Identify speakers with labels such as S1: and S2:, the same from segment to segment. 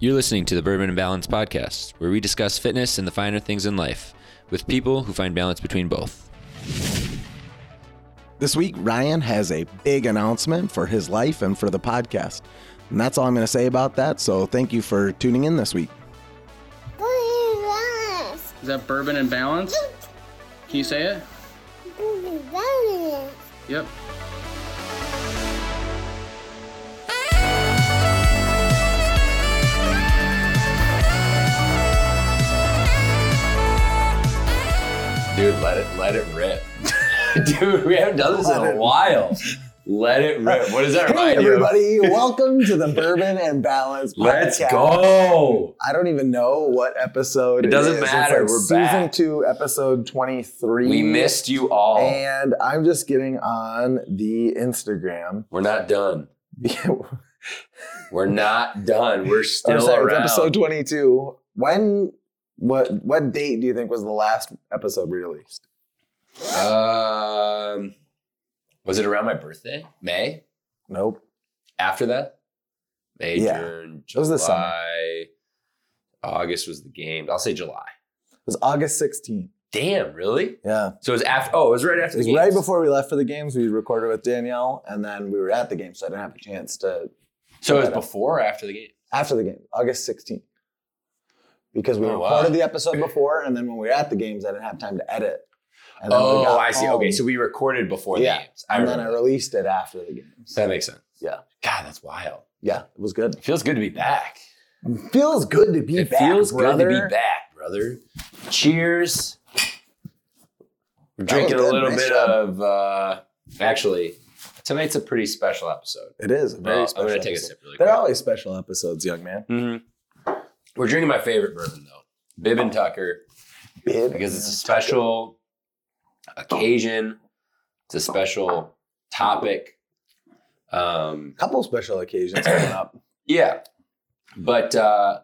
S1: You're listening to the Bourbon and Balance podcast, where we discuss fitness and the finer things in life with people who find balance between both.
S2: This week, Ryan has a big announcement for his life and for the podcast. And that's all I'm going to say about that. So thank you for tuning in this week.
S3: Is that bourbon and balance? Can you say it? Yep.
S1: Dude, let it let it rip. Dude, we haven't done this in a while. Let it rip. What does that
S4: Hey
S1: remind you? of?
S4: everybody, welcome to the Bourbon and Balance podcast.
S1: Let's go.
S4: I don't even know what episode
S1: It doesn't
S4: is. It's
S1: matter,
S4: like
S1: we're
S4: season
S1: back.
S4: two, episode twenty-three.
S1: We missed you all.
S4: And I'm just getting on the Instagram.
S1: We're not done. We're not done. We're
S4: I'm
S1: still
S4: sorry, it's
S1: around.
S4: episode twenty-two. When? What? What date do you think was the last episode released?
S1: Um, was it around my birthday? May?
S4: Nope.
S1: After that? May,
S4: Yeah.
S1: June,
S4: It was this summer.
S1: July. August was the game. I'll say July.
S4: It was August 16th.
S1: Damn, really?
S4: Yeah.
S1: So it was after. Oh, it was right
S4: It
S1: after the
S4: was
S1: game.
S4: right before we left for the games. We recorded with Danielle, and then we were at the game, so I didn't have a chance to
S1: So it was before or after the game.
S4: after the game, August 16th. Because we
S1: Oh, wow.
S4: recorded the episode before, and then when we were at the games, I didn't have time to edit. And then we
S1: Oh,
S4: got
S1: I see.
S4: home,
S1: Okay, so we recorded before
S4: Yeah.
S1: the games. I
S4: and
S1: remember.
S4: then I released it after the games.
S1: that makes sense.
S4: Yeah.
S1: God, that's wild.
S4: Yeah, it was good.
S1: It feels good to be back.
S4: Feels good to be
S1: it
S4: back.
S1: feels
S4: brother.
S1: good to be back, brother. Cheers. We're
S4: That was
S1: drinking a
S4: good.
S1: little
S4: Nice
S1: bit
S4: job.
S1: of. Uh, actually, tonight's a pretty special episode.
S4: It is a very
S1: Well, I'm
S4: special.
S1: gonna take a
S4: episode.
S1: sip really quick.
S4: They're always special episodes, young man.
S1: Mhm.
S4: Mm-hmm.
S1: We're drinking my favorite bourbon though, Bibb and Tucker,
S4: Bib
S1: because it's a
S4: and
S1: special occasion. It's a special topic. Um,
S4: Tucker. couple special occasions coming up.
S1: yeah, but uh,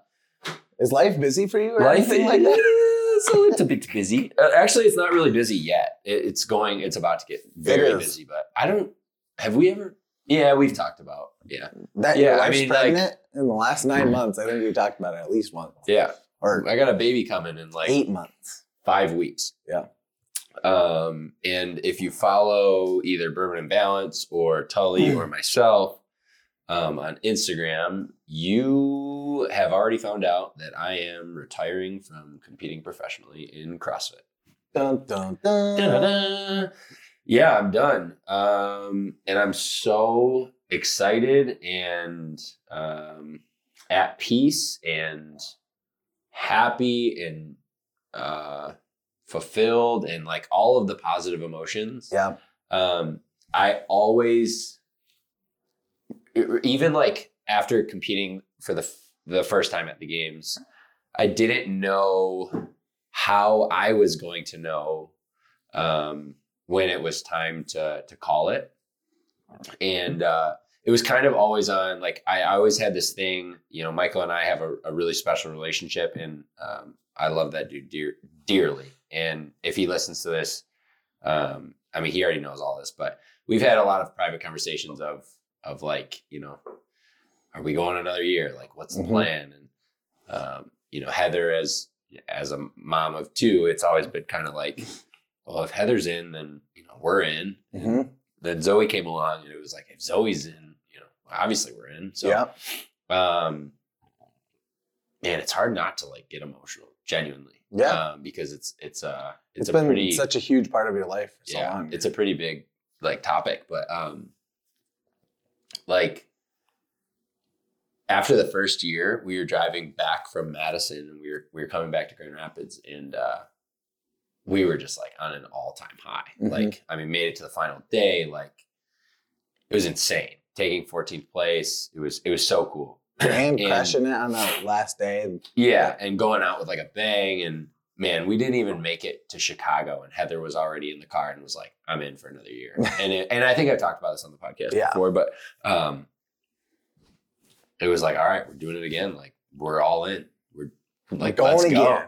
S4: Is life busy for you or
S1: life
S4: anything like that?
S1: is a little bit busy. Uh, actually, it's not really busy yet. It, it's going. It's about to get very
S4: is.
S1: busy. But I don't. Have we ever? Yeah, we've talked about. Yeah,
S4: That
S1: Yeah, I
S4: your wife's
S1: mean, like- Mm-hmm.
S4: pregnant in the last nine months. I think we talked about it at least once.
S1: yeah.
S4: Or
S1: I got a baby coming in like
S4: eight months.
S1: five weeks.
S4: Yeah.
S1: Um, and if you follow either Bourbon and Balance or Tully or myself um, on Instagram, you have already found out that I am retiring from competing professionally in CrossFit.
S4: Dun, dun, dun.
S1: Da-da-da. Yeah, I'm done. Um, and I'm so excited and um, at peace and happy and uh, fulfilled and like all of the positive emotions.
S4: Yeah.
S1: Um, I always, e-, even like after competing for the f- the first time at the games, I didn't know how I was going to know um, when it was time to to call it, and uh, it was kind of always on. Like I, I always had this thing, you know. Michael and I have a, a really special relationship, and um, I love that dude dear, dearly. And if he listens to this, um, I mean, he already knows all this, but we've had a lot of private conversations of of like, you know, are we going another year? Like, what's the
S4: Mhm.
S1: plan? And um, you know, Heather as as a mom of two, it's always been kind of like, well, if Heather's in, then you know we're in.
S4: Mhm.
S1: Then Zoe came along, and it was like, if Zoe's in, you know, obviously we're in. So,
S4: yeah.
S1: um, man, it's hard not to like get emotional, genuinely.
S4: Yeah.
S1: um, because it's it's uh
S4: it's
S1: a
S4: been
S1: pretty
S4: such a huge part of your life for so
S1: yeah,
S4: long.
S1: it's a pretty big like topic, but um, like after the first year, we were driving back from Madison, and we were we were coming back to Grand Rapids, and uh, we were just like on an all time high.
S4: Mhm.
S1: Like, I mean, made it to the final day. Like, it was insane. Taking 14th place, it was it was so cool.
S4: and
S1: and-
S4: crushing it on that last day.
S1: Yeah, and going out with like a bang and man, we didn't even make it to Chicago and Heather was already in the car and was like, "I'm in for another year." And it, and I think I've talked about this on the podcast
S4: Yeah.
S1: before, but um it was like, "All right, we're doing it again. Like we're all in. We're like
S4: Going
S1: let's go."
S4: again.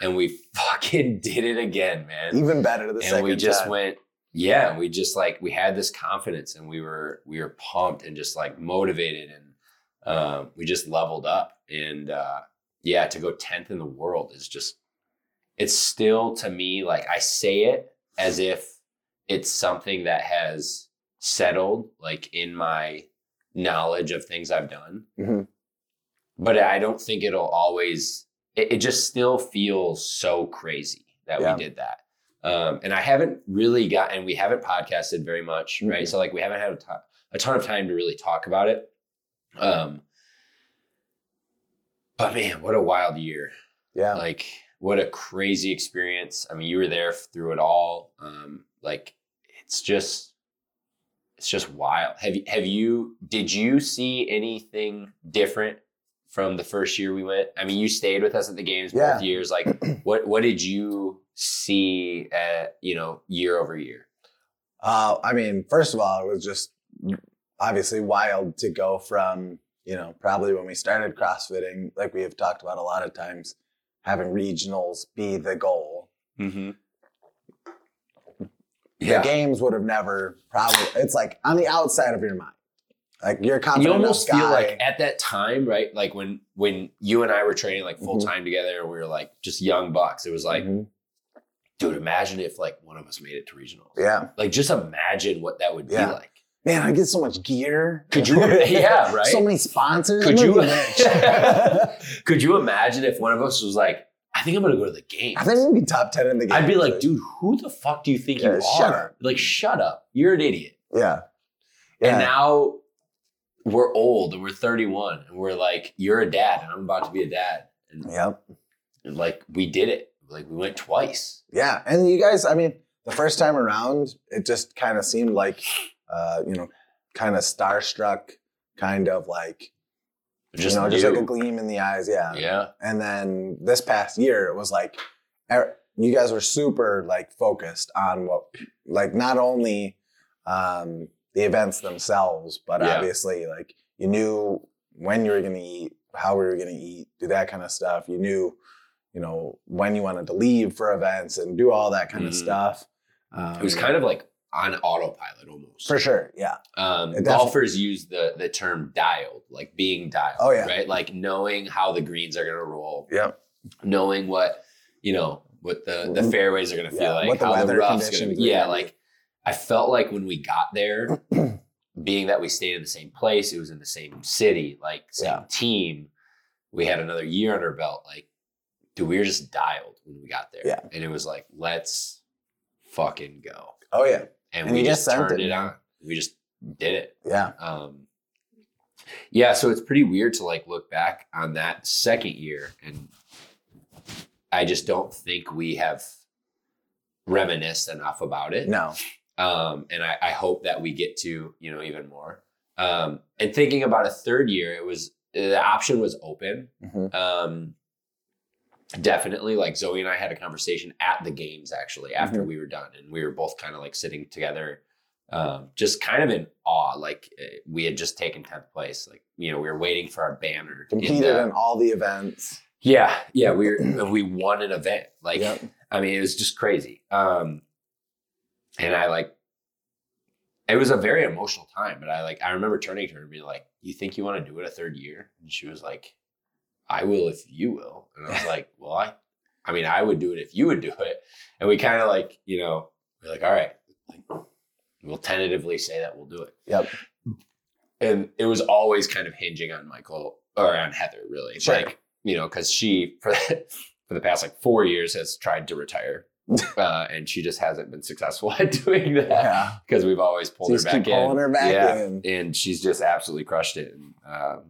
S1: And we fucking did it again, man
S4: Even better the
S1: and
S4: second
S1: we just
S4: time.
S1: went yeah we just like we had this confidence and we were we were pumped and just like motivated and um, we just leveled up and uh, yeah to go 10th in the world is just it's still to me like i say it as if it's something that has settled like in my knowledge of things i've done
S4: Mhm.
S1: but i don't think it'll always it, it just still feels so crazy that
S4: Yeah.
S1: we did that um, and i haven't really got and we haven't podcasted very much right
S4: Mhm.
S1: so like we haven't had a ton, a ton of time to really talk about it um, but man, what a wild year.
S4: Yeah.
S1: Like, what a crazy experience. I mean, you were there through it all. Um, like, it's just, it's just wild. Have you, have you, did you see anything different from the first year we went? I mean, you stayed with us at the games
S4: Yeah.
S1: both years. Like, what, what did you see, at, you know, year over year?
S4: Uh, I mean, first of all, it was just obviously wild to go from, you know, probably when we started CrossFitting, like we have talked about a lot of times, having regionals be the goal.
S1: Mm-hmm.
S4: The games would have never probably, it's like on the outside of your mind. Like you're a confident
S1: you
S4: enough
S1: almost feel
S4: guy.
S1: like at that time, right? Like when when you and I were training like full
S4: Mm-hmm.
S1: time together, we were like just young bucks. It was like,
S4: Mhm.
S1: dude, imagine if like one of us made it to regionals.
S4: yeah.
S1: Like just imagine what that would
S4: Yeah.
S1: be like.
S4: Man, I get so much gear.
S1: Could you- yeah, right?
S4: So many sponsors.
S1: Could
S4: I'm
S1: you-
S4: gonna be rich.
S1: Could you imagine if one of us was like, I think I'm gonna go to the game.
S4: I think we'd be top 10 in the game.
S1: I'd be like, dude, who the fuck do you think
S4: Yeah,
S1: you
S4: shut
S1: are?
S4: up.
S1: Like, shut up. You're an idiot.
S4: Yeah. Yeah.
S1: And now we're old and we're 31 and we're like, you're a dad and I'm about to be a dad. And
S4: yep.
S1: And, like we did it. Like we went twice.
S4: Yeah, and you guys, I mean, the first time around, it just kind of seemed like, uh, you know, kind of starstruck, kind of like,
S1: Just,
S4: you know, just like
S1: you.
S4: a gleam in the eyes. Yeah.
S1: yeah.
S4: And then this past year, it was like, er- you guys were super like focused on what, like, not only um, the events themselves, but
S1: Yeah.
S4: obviously, like, you knew when you were going to eat, how we were going to eat, do that kind of stuff. You knew, you know, when you wanted to leave for events and do all that kind of
S1: Mhm.
S4: stuff. Um,
S1: It was kind of like on autopilot almost.
S4: for sure. Yeah.
S1: Um,
S4: It definitely-
S1: golfers use the the term dialed, like being dialed.
S4: Oh, yeah.
S1: Right. Like knowing how the greens are gonna roll,
S4: Yep.
S1: knowing what you know, what the the
S4: Mhm.
S1: fairways are gonna feel
S4: Yeah,
S1: like,
S4: what the
S1: how the
S4: weather
S1: rough's gonna be.
S4: conditions are
S1: Yeah,
S4: gonna be.
S1: like I felt like when we got there, being that we stayed in the same place, it was in the same city, like same
S4: Yeah.
S1: team. We had another year on our belt. Like, dude, we were just dialed when we got there.
S4: Yeah.
S1: And it was like, let's fucking go.
S4: Oh, yeah.
S1: And,
S4: And
S1: we
S4: you
S1: just
S4: just sent
S1: turned
S4: it,
S1: it
S4: man.
S1: on. We just did it.
S4: Yeah.
S1: Um, yeah, so it's pretty weird to like look back on that second year, and I just don't think we have reminisced enough about it.
S4: No.
S1: Um, and I, I hope that we get to you know even more. Um, and thinking about a third year, it was the option was open.
S4: Mhm.
S1: Um, definitely, like Zoe and I had a conversation at the games actually after
S4: Mm-hmm.
S1: we were done, and we were both kind of like sitting together, um, just kind of in awe. Like eh, we had just taken tenth place. Like you know, we were waiting for our banner. in
S4: Competed
S1: the-
S4: in all the events.
S1: yeah, yeah, we were, we won an event. Like
S4: Yep.
S1: I mean, it was just crazy. Um, and I like, it was a very emotional time. But I like, I remember turning to her and being like, "You think you want to do it a third year?" And she was like, "I will if you will." And I was like, "Well, I, I mean, I would do it if you would do it." And we kind of like, you know, we're like, "All right, like, we'll tentatively say that we'll do it."
S4: Yep.
S1: And it was always kind of hinging on Michael or on Heather, really.
S4: Sure.
S1: Like, you know, because she for for the past like four years has tried to retire, uh, and she just hasn't been successful at doing that
S4: Yeah.
S1: because we've always pulled
S4: Just
S1: her back
S4: keep pulling
S1: in.
S4: her back
S1: yeah,
S4: in.
S1: and she's just absolutely crushed it. And um,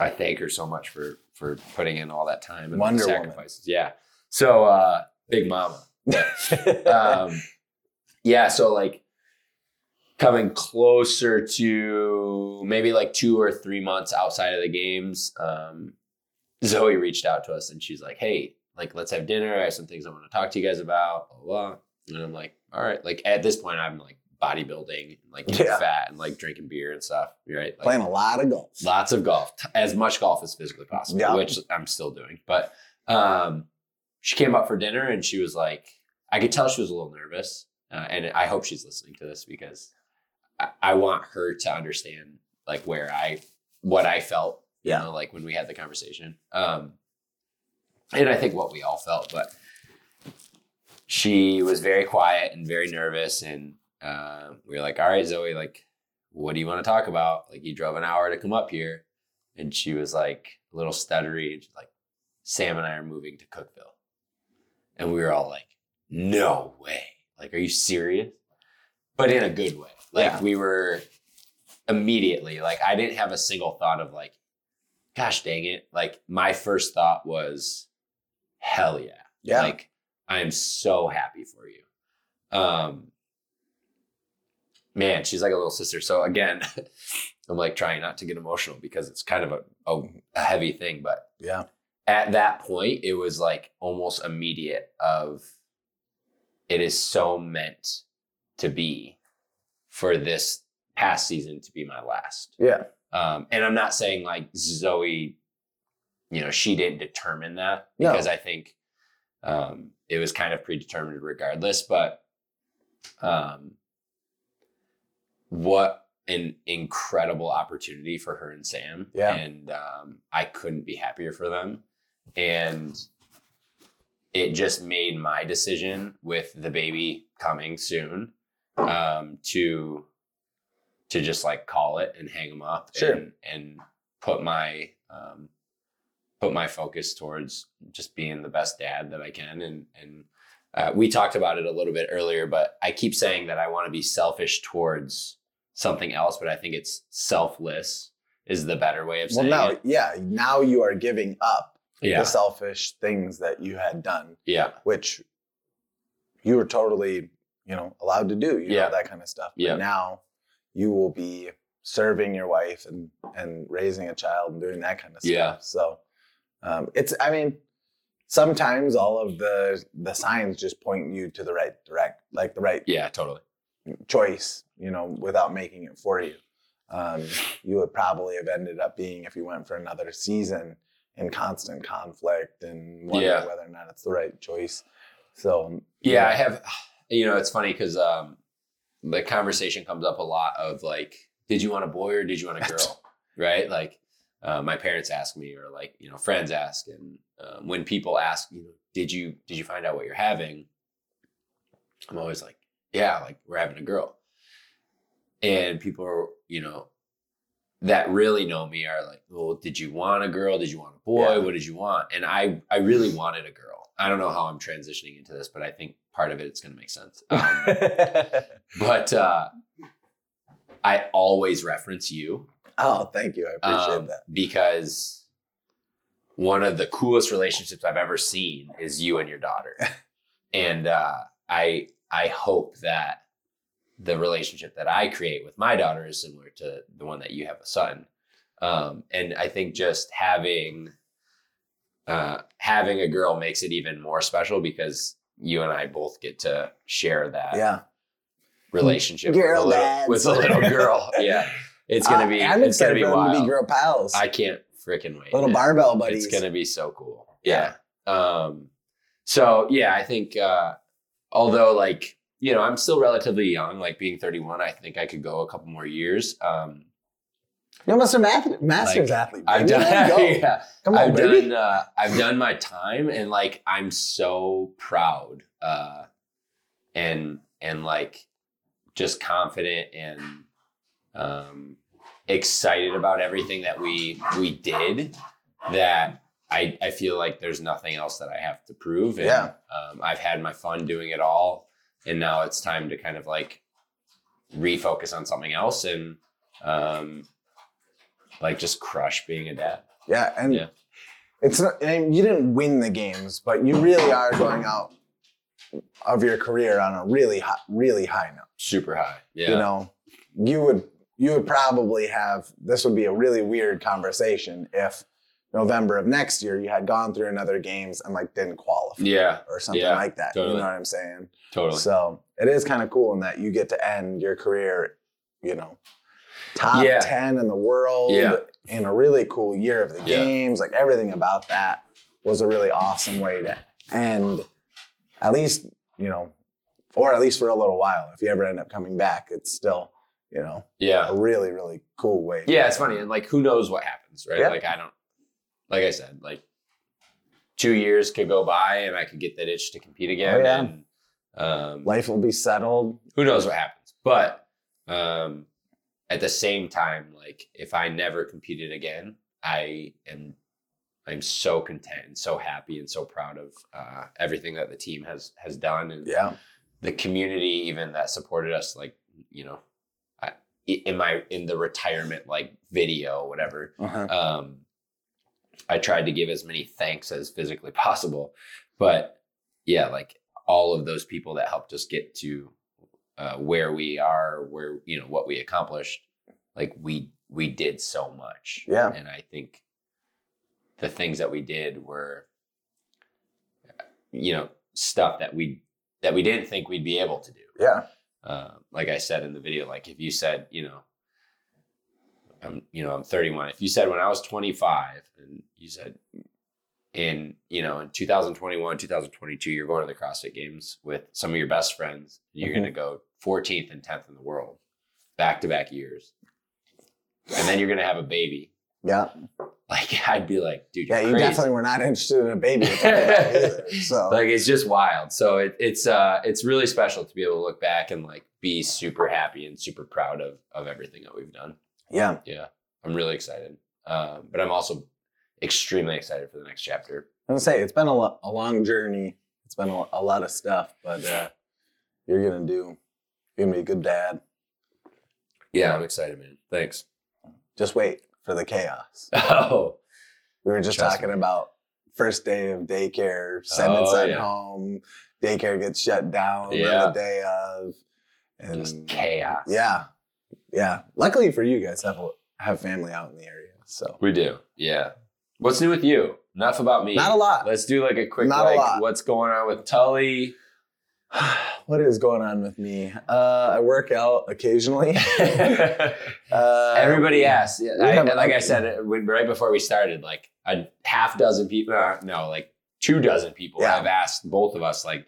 S1: I thank her so much for for putting in all that time and all the
S4: Wonder Woman.
S1: sacrifices. Yeah, so uh, big mama
S4: Uh,
S1: um, yeah, so like coming closer to maybe like two or three months outside of the games, um, Zoe reached out to us and she's like, "Hey, like let's have dinner. I have some things I want to talk to you guys about." Blah blah. blah. And I'm like, "All right." Like at this point, I'm like bodybuilding, like getting
S4: Yeah.
S1: fat, and like drinking beer and stuff. Right? Like,
S4: Playing a lot of golf.
S1: lots of golf, t- as much golf as physically possible,
S4: Yeah.
S1: which I'm still doing. But um, she came up for dinner and she was like, I could tell she was a little nervous. Uh, and I hope she's listening to this because I, I want her to understand like where I what I felt, you
S4: Yeah.
S1: know, like when we had the conversation. Um, and I think what we all felt, but she was very quiet and very nervous. And uh, we were like, all right, Zoe, like, what do you want to talk about? Like, you drove an hour to come up here. And she was like, a little stuttery. And she's like, Sam and I are moving to Cookville. And we were all like, no way. Like, are you serious? But in a good way. Like,
S4: Yeah.
S1: we were immediately, like, I didn't have a single thought of, like, gosh dang it. Like, my first thought was, hell yeah.
S4: Yeah.
S1: Like, I am so happy for you. Um, man, she's like a little sister. So again, I'm like trying not to get emotional because it's kind of a, a, a heavy thing, but
S4: yeah.
S1: at that point it was like almost immediate of it is so meant to be for this past season to be my last
S4: Yeah.
S1: um and i'm not saying like zoe you know she didn't determine that
S4: No.
S1: because i think um it was kind of predetermined regardless but um what an incredible opportunity for her and Sam.
S4: Yeah.
S1: And um, I couldn't be happier for them. And it just made my decision with the baby coming soon um, to to just like call it and hang them up
S4: Sure.
S1: and and put my um, put my focus towards just being the best dad that I can and and uh, we talked about it a little bit earlier, but I keep saying that I want to be selfish towards something else, but I think it's selfless is the better way of
S4: Well,
S1: saying
S4: now,
S1: it.
S4: yeah, now you are giving up
S1: Yeah,
S4: the selfish things that you had done,
S1: yeah,
S4: which you were totally, you know, allowed to do, you
S1: Yeah.
S4: know, that kind of stuff. But
S1: Yeah.
S4: now you will be serving your wife and and raising a child and doing that kind of stuff.
S1: Yeah.
S4: So um, it's, I mean, sometimes all of the the signs just point you to the right direct, like the right
S1: yeah, totally.
S4: choice, you know, without making it for you. Um, you would probably have ended up being, if you went for another season, in constant conflict and wondering
S1: Yeah.
S4: whether or not it's the right choice. So,
S1: Yeah, I have. You know, it's funny because um, the conversation comes up a lot of like, did you want a boy or did you want a girl? right? Like, uh, my parents ask me, or like, you know, friends ask, and um, when people ask, you know, did you did you find out what you're having? I'm always like, yeah, like we're having a girl, and people are, you know. That really know me are like, well, did you want a girl? Did you want a boy?
S4: Yeah.
S1: What did you want? And I, I really wanted a girl. I don't know how I'm transitioning into this, but I think part of it's going to make sense. Um, but uh, I always reference you
S4: oh, thank you. I appreciate
S1: um,
S4: that.
S1: because one of the coolest relationships I've ever seen is you and your daughter, and uh, I I hope that the relationship that I create with my daughter is similar to the one that you have a son, um, and I think just having uh, having a girl makes it even more special because you and I both get to share that
S4: Yeah.
S1: relationship with a,
S4: Girl
S1: little,
S4: dads.
S1: with a little girl. Yeah, it's gonna
S4: Uh,
S1: be
S4: I'm
S1: it's gonna
S4: excited
S1: be
S4: for them to
S1: wild.
S4: be girl pals.
S1: I can't freaking wait.
S4: Little
S1: It-
S4: barbell buddies.
S1: It's gonna be so cool. Yeah. Um. So yeah, I think uh, although like you know I'm still relatively young, like being 31, I think I could go a couple more years. Um,
S4: You're almost a math- master's
S1: Like,
S4: athlete.
S1: I've
S4: baby.
S1: done
S4: There you go.
S1: yeah,
S4: Come on,
S1: I've
S4: baby.
S1: done uh, I've done my time and like I'm so proud uh and and like just confident and um excited about everything that we we did that I I feel like there's nothing else that I have to prove and
S4: Yeah.
S1: um, I've had my fun doing it all and now it's time to kind of like refocus on something else and um like just crush being a dad.
S4: Yeah, and
S1: Yeah.
S4: it's not, and you didn't win the games, but you really are going out of your career on a really high, really high note.
S1: super high. Yeah.
S4: You know, you would you would probably have this would be a really weird conversation if November of next year you had gone through another games and like didn't qualify
S1: yeah,
S4: or something
S1: Yeah,
S4: like that. You
S1: totally.
S4: know what I'm saying?
S1: totally.
S4: So it is kind of cool in that you get to end your career, you know, top
S1: Yeah.
S4: 10 in the world
S1: Yeah.
S4: in a really cool year of the
S1: Yeah.
S4: games. Like everything about that was a really awesome way to end, at least, you know, or at least for a little while. If you ever end up coming back, it's still, you know,
S1: Yeah.
S4: a really, really cool way.
S1: Yeah, it's funny. And like, who knows what happens, right?
S4: Yeah.
S1: Like, I don't, like I said, like two years could go by and I could get that itch to compete again.
S4: Oh, yeah.
S1: And um,
S4: Life will be settled.
S1: who knows what happens. But um, at the same time, like, if I never competed again, I am. I'm so content and so happy and so proud of uh, everything that the team has has done and
S4: Yeah.
S1: the community even that supported us like you know I, in my in the retirement like video whatever
S4: Uh-huh.
S1: um, I tried to give as many thanks as physically possible. But yeah, like all of those people that helped us get to uh, where we are, where you know what we accomplished, like we we did so much.
S4: Yeah.
S1: and I think the things that we did were, you know, stuff that we that we didn't think we'd be able to do
S4: Yeah.
S1: uh, like I said in the video, like if you said, you know, I'm, you know, I'm 31. If you said when I was 25, and you said in, you know, in 2021, 2022, you're going to the CrossFit Games with some of your best friends, and you're
S4: Mhm.
S1: going to go 14th and 10th in the world, back to back years, and then you're going to have a baby.
S4: Yeah.
S1: Like I'd be like, dude, you're
S4: Yeah. You
S1: crazy.
S4: definitely were not interested in a baby. at that point either, so
S1: like it's just wild so it, it's uh it's really special to be able to look back and like be super happy and super proud of of everything that we've done
S4: yeah.
S1: yeah i'm really excited um but i'm also extremely excited for the next chapter
S4: I'm gonna say it's been a, lo- a long journey. It's been a, a lot of stuff, but uh, you're gonna do. You're gonna be a good dad.
S1: yeah i'm excited man thanks
S4: Just wait for the chaos.
S1: oh
S4: We were just
S1: Trust
S4: talking
S1: me.
S4: about first day of daycare, sending
S1: Oh,
S4: son
S1: yeah.
S4: home, daycare gets shut down on
S1: Yeah.
S4: the day of, and
S1: just chaos
S4: yeah, yeah. Luckily for you guys, have a, have family out in the area, so
S1: we do yeah what's new with you enough about me
S4: not a lot.
S1: let's do like a quick
S4: Not a
S1: like
S4: lot.
S1: what's going on with tully
S4: what is going on with me? Uh, I work out occasionally. Uh,
S1: Everybody asks. Yeah,
S4: we
S1: I,
S4: have-
S1: like I said it- when, right before we started, like a half dozen people, uh, no, like two dozen people
S4: Yeah.
S1: have asked both of us, like,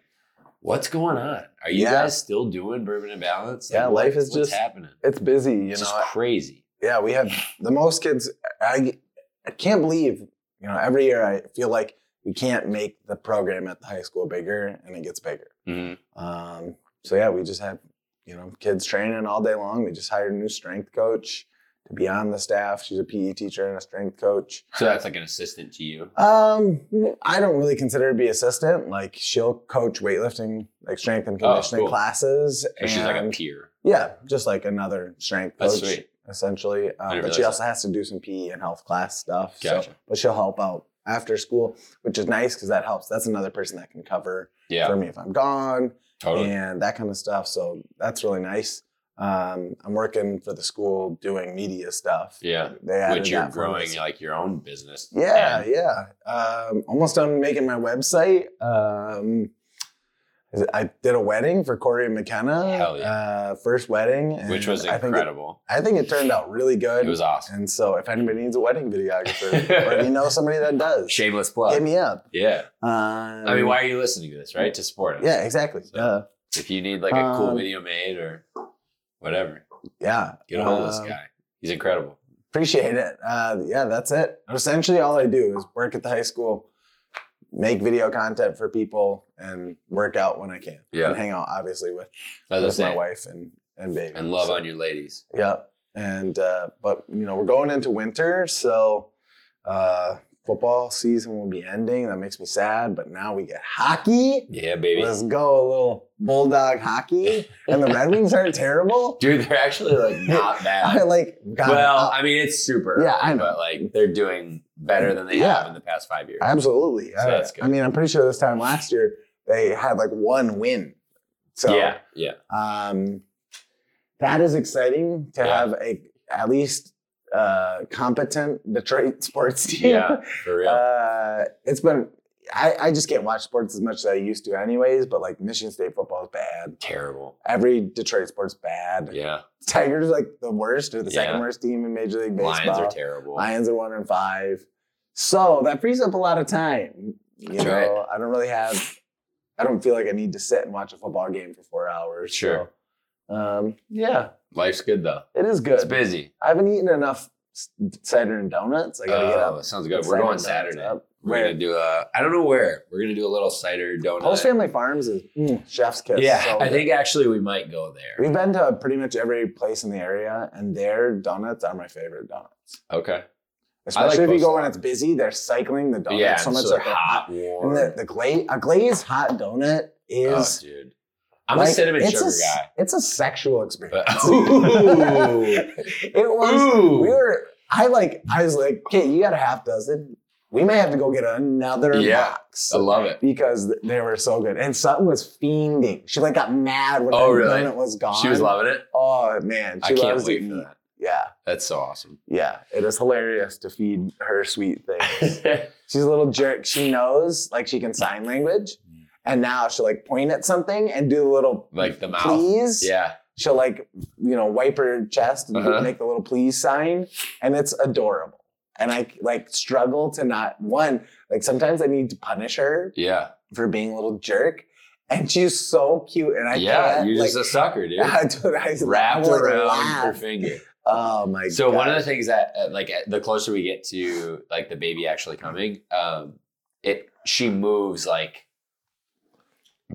S1: what's going on? Are you
S4: Yeah.
S1: guys still doing Bourbon and Balance?
S4: Yeah, life
S1: what-
S4: is
S1: what's
S4: just-
S1: happening.
S4: It's busy, you
S1: It's
S4: know.
S1: just crazy.
S4: yeah, we have the most kids. I, I can't believe, you know, every year I feel like we can't make the program at the high school bigger and it gets bigger.
S1: Mm-hmm.
S4: Um, so yeah, we just have, you know, kids training all day long. We just hired a new strength coach to be on the staff. She's a PE teacher and a strength coach.
S1: So that's like an assistant to you.
S4: Um, I don't really consider her to be assistant. Like she'll coach weightlifting, like strength and conditioning
S1: Oh, cool.
S4: classes.
S1: And she's like a
S4: and-
S1: peer.
S4: yeah, just like another strength
S1: That's
S4: coach,
S1: sweet.
S4: essentially. Um,
S1: didn't
S4: but she
S1: realize
S4: also has to do some PE and health class stuff. so-
S1: Gotcha.
S4: but she'll help out after school, which is nice because that helps. That's another person that can cover
S1: Yeah,
S4: for me if I'm gone
S1: totally.
S4: and that kind of stuff. So that's really nice. Um, I'm working for the school doing media stuff.
S1: yeah.
S4: They added
S1: Which you're
S4: that for me.
S1: growing like your own business.
S4: Yeah,
S1: And-
S4: yeah. Um, almost done making my website. Um, I did a wedding for Corey and McKenna.
S1: Hell yeah.
S4: Uh, first wedding, and
S1: which was
S4: I think it-
S1: incredible.
S4: I think it turned out really
S1: It,
S4: good.
S1: was awesome.
S4: and so, if anybody needs a wedding videographer, or you know somebody that does,
S1: Shameless
S4: hit
S1: plug.
S4: me up.
S1: Yeah.
S4: Um,
S1: I mean, why are you listening to this, right? To support us.
S4: Yeah, exactly.
S1: So-
S4: Yeah,
S1: If you need like a cool
S4: Um,
S1: video made or whatever,
S4: yeah.
S1: get a hold of this
S4: Um,
S1: guy. He's incredible.
S4: Appreciate it. Uh, yeah, that's it. Essentially, all I do is work at the high school, make video content for people, and work out when I can.
S1: Yeah.
S4: and hang out obviously with
S1: As I
S4: with my
S1: say,
S4: wife and and baby
S1: and love
S4: So,
S1: on your ladies.
S4: yeah and uh but you know we're going into winter so uh football season will be ending that makes me sad but now we get hockey
S1: Yeah, baby.
S4: let's go a little bulldog hockey and the red wings aren't terrible
S1: Dude, they're actually like not
S4: i
S1: bad.
S4: like God,
S1: well,
S4: uh,
S1: I mean, it's super.
S4: Yeah, I
S1: early,
S4: know.
S1: But like, they're doing better than they
S4: Yeah.
S1: have in the past five years.
S4: absolutely
S1: So
S4: I,
S1: that's good.
S4: I mean i'm pretty sure this time last year they had like one win so
S1: yeah, yeah.
S4: Um, that is exciting to
S1: Yeah.
S4: have a at least uh, competent Detroit sports team.
S1: Yeah, for real.
S4: Uh, it's been I, I just can't watch sports as much as I used to, anyways. But like Michigan State football is bad.
S1: Terrible.
S4: Every Detroit sport's bad.
S1: Yeah.
S4: Tigers like the worst or the second
S1: Yeah.
S4: worst team in Major League Baseball.
S1: Lions are terrible.
S4: Lions are one and five. So that frees up a lot of time. You
S1: That's
S4: know,
S1: right.
S4: I don't really have. I don't feel like I need to sit and watch a football game for four hours.
S1: Sure.
S4: Um, yeah,
S1: Life's good though.
S4: it is
S1: It's
S4: good.
S1: busy.
S4: I haven't eaten enough s- cider and donuts. I gotta get
S1: Oh,
S4: up.
S1: that sounds good. We're
S4: Get cider
S1: going
S4: donuts
S1: Saturday.
S4: up.
S1: We're gonna
S4: Where?
S1: do a. I don't know where. We're gonna do a little cider donut.
S4: Post Family Farms is mm, chef's kiss.
S1: yeah,
S4: so
S1: I
S4: good.
S1: think actually we might go there.
S4: We've been to pretty much every place in the area, and their donuts are my favorite donuts.
S1: Okay.
S4: Especially if you
S1: those
S4: go when
S1: donuts.
S4: it's busy, they're cycling the donuts
S1: yeah,
S4: Oh, so
S1: and
S4: much
S1: so
S4: that
S1: they're
S4: they're
S1: hot,
S4: And
S1: warm.
S4: the, the glaze, a glazed hot donut
S1: oh,
S4: is.
S1: dude. I'm a
S4: like,
S1: cinnamon
S4: it's
S1: sugar
S4: a s-
S1: guy.
S4: It's a sexual experience.
S1: But, ooh,
S4: it was.
S1: ooh.
S4: We were. I like. I was like, okay, you got a half dozen. We may have to go get another
S1: Yeah.
S4: box
S1: I love it.
S4: because th- they were so good. And Sutton was fiending. She like got mad when
S1: Oh,
S4: the
S1: really?
S4: donut was gone.
S1: She was loving it.
S4: Oh man,
S1: I
S4: she
S1: can't
S4: loves
S1: wait
S4: to
S1: for
S4: eat.
S1: that.
S4: Yeah,
S1: That's so awesome.
S4: yeah. It is hilarious to feed her sweet things. She's a little jerk. She knows like she can sign language. And now she'll like point at something and do a little
S1: like the mouth.
S4: please.
S1: Yeah.
S4: She'll like, you know, wipe her chest and
S1: Uh-huh.
S4: make the little please sign. And it's adorable. And I like struggle to not one, like sometimes I need to punish her
S1: Yeah.
S4: for being a little jerk. And she's so cute. And I
S1: yeah.
S4: can't
S1: You're
S4: like,
S1: just a sucker, dude.
S4: dude, I
S1: Wrapped
S4: will, like,
S1: around her
S4: laugh.
S1: finger.
S4: Oh my
S1: So
S4: god.
S1: one of the things that, uh, like, uh, the closer we get to like the baby actually coming, um, it she moves like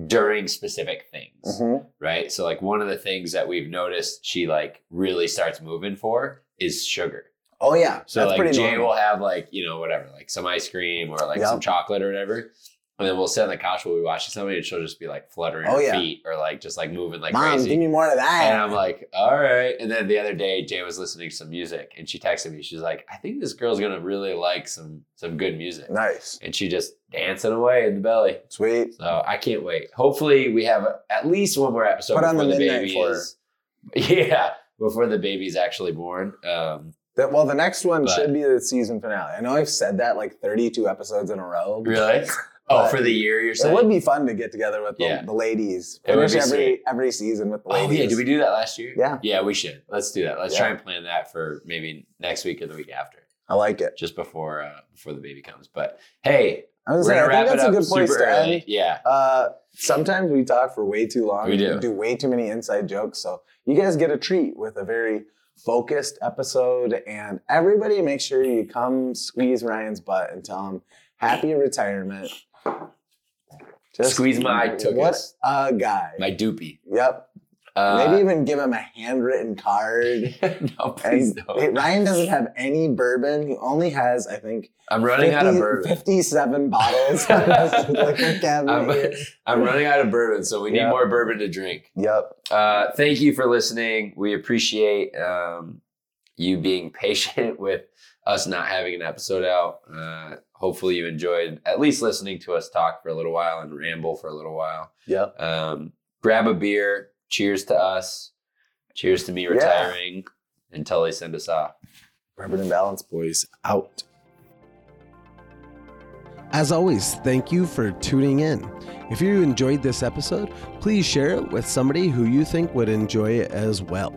S1: during specific things,
S4: Mhm.
S1: right? So like one of the things that we've noticed she like really starts moving for is sugar.
S4: Oh yeah.
S1: So
S4: That's
S1: like
S4: pretty
S1: Jay
S4: normal.
S1: will have like you know whatever like some ice cream or like
S4: Yeah.
S1: some chocolate or whatever, and then we'll sit on the couch we'll be watching somebody and she'll just be like fluttering
S4: Oh,
S1: her
S4: yeah.
S1: feet or like just like moving like
S4: Mom,
S1: crazy.
S4: give me more of that.
S1: And I'm like, all right. And then the other day, Jay was listening to some music, and she texted me. She's like, I think this girl's gonna really like some some good music.
S4: nice.
S1: And she just dancing away in the belly.
S4: Sweet.
S1: So I can't wait. Hopefully, we have at least one more episode
S4: Put on
S1: before
S4: the
S1: the,
S4: midnight
S1: baby
S4: for her.
S1: is. Yeah, before the baby's actually born. Um,
S4: That, well, the next one
S1: But-
S4: should be the season finale. I know I've said that like 32 episodes in a row.
S1: really? Oh,
S4: But
S1: for the year you're
S4: It
S1: saying?
S4: would be fun to get together with the,
S1: Yeah.
S4: the ladies.
S1: It would
S4: Finish
S1: be
S4: every
S1: sweet.
S4: every season with the
S1: Oh
S4: ladies.
S1: yeah, did we do that last year?
S4: Yeah.
S1: yeah, we should. Let's do that. Let's
S4: Yeah.
S1: try and plan that for maybe next week or the week after,
S4: I like it.
S1: just before uh, before the baby comes. But hey,
S4: I was
S1: We're gonna
S4: gonna say, I
S1: wrap
S4: think
S1: it
S4: that's a
S1: up
S4: good place
S1: super
S4: to
S1: early.
S4: end.
S1: Yeah.
S4: Uh, sometimes we talk for way too long.
S1: We do.
S4: Do way too many inside jokes. So you guys get a treat with a very focused episode. And everybody, make sure you come squeeze Ryan's butt and tell him happy retirement.
S1: Squeeze my tuchus.
S4: What a guy.
S1: My doopy.
S4: Yep.
S1: Uh,
S4: Maybe even give him a handwritten card.
S1: no, please
S4: And hey,
S1: don't.
S4: Ryan doesn't have any bourbon. He only has, I think,
S1: I'm running out of
S4: 50
S1: bourbon.
S4: 57 bottles on his liquor cabinet
S1: I'm-
S4: here.
S1: I'm running out of bourbon, so we need
S4: Yeah.
S1: more bourbon to drink.
S4: Yep.
S1: Uh, thank you for listening. We appreciate um, you being patient with us not having an episode out. Uh, hopefully, you enjoyed at least listening to us talk for a little while and ramble for a little while.
S4: Yep.
S1: Um, grab a beer. Cheers to us. Cheers to me retiring until they send us off.
S4: Bourbon and Balance Boys out.
S2: As always, thank you for tuning in. If you enjoyed this episode, please share it with somebody who you think would enjoy it as well.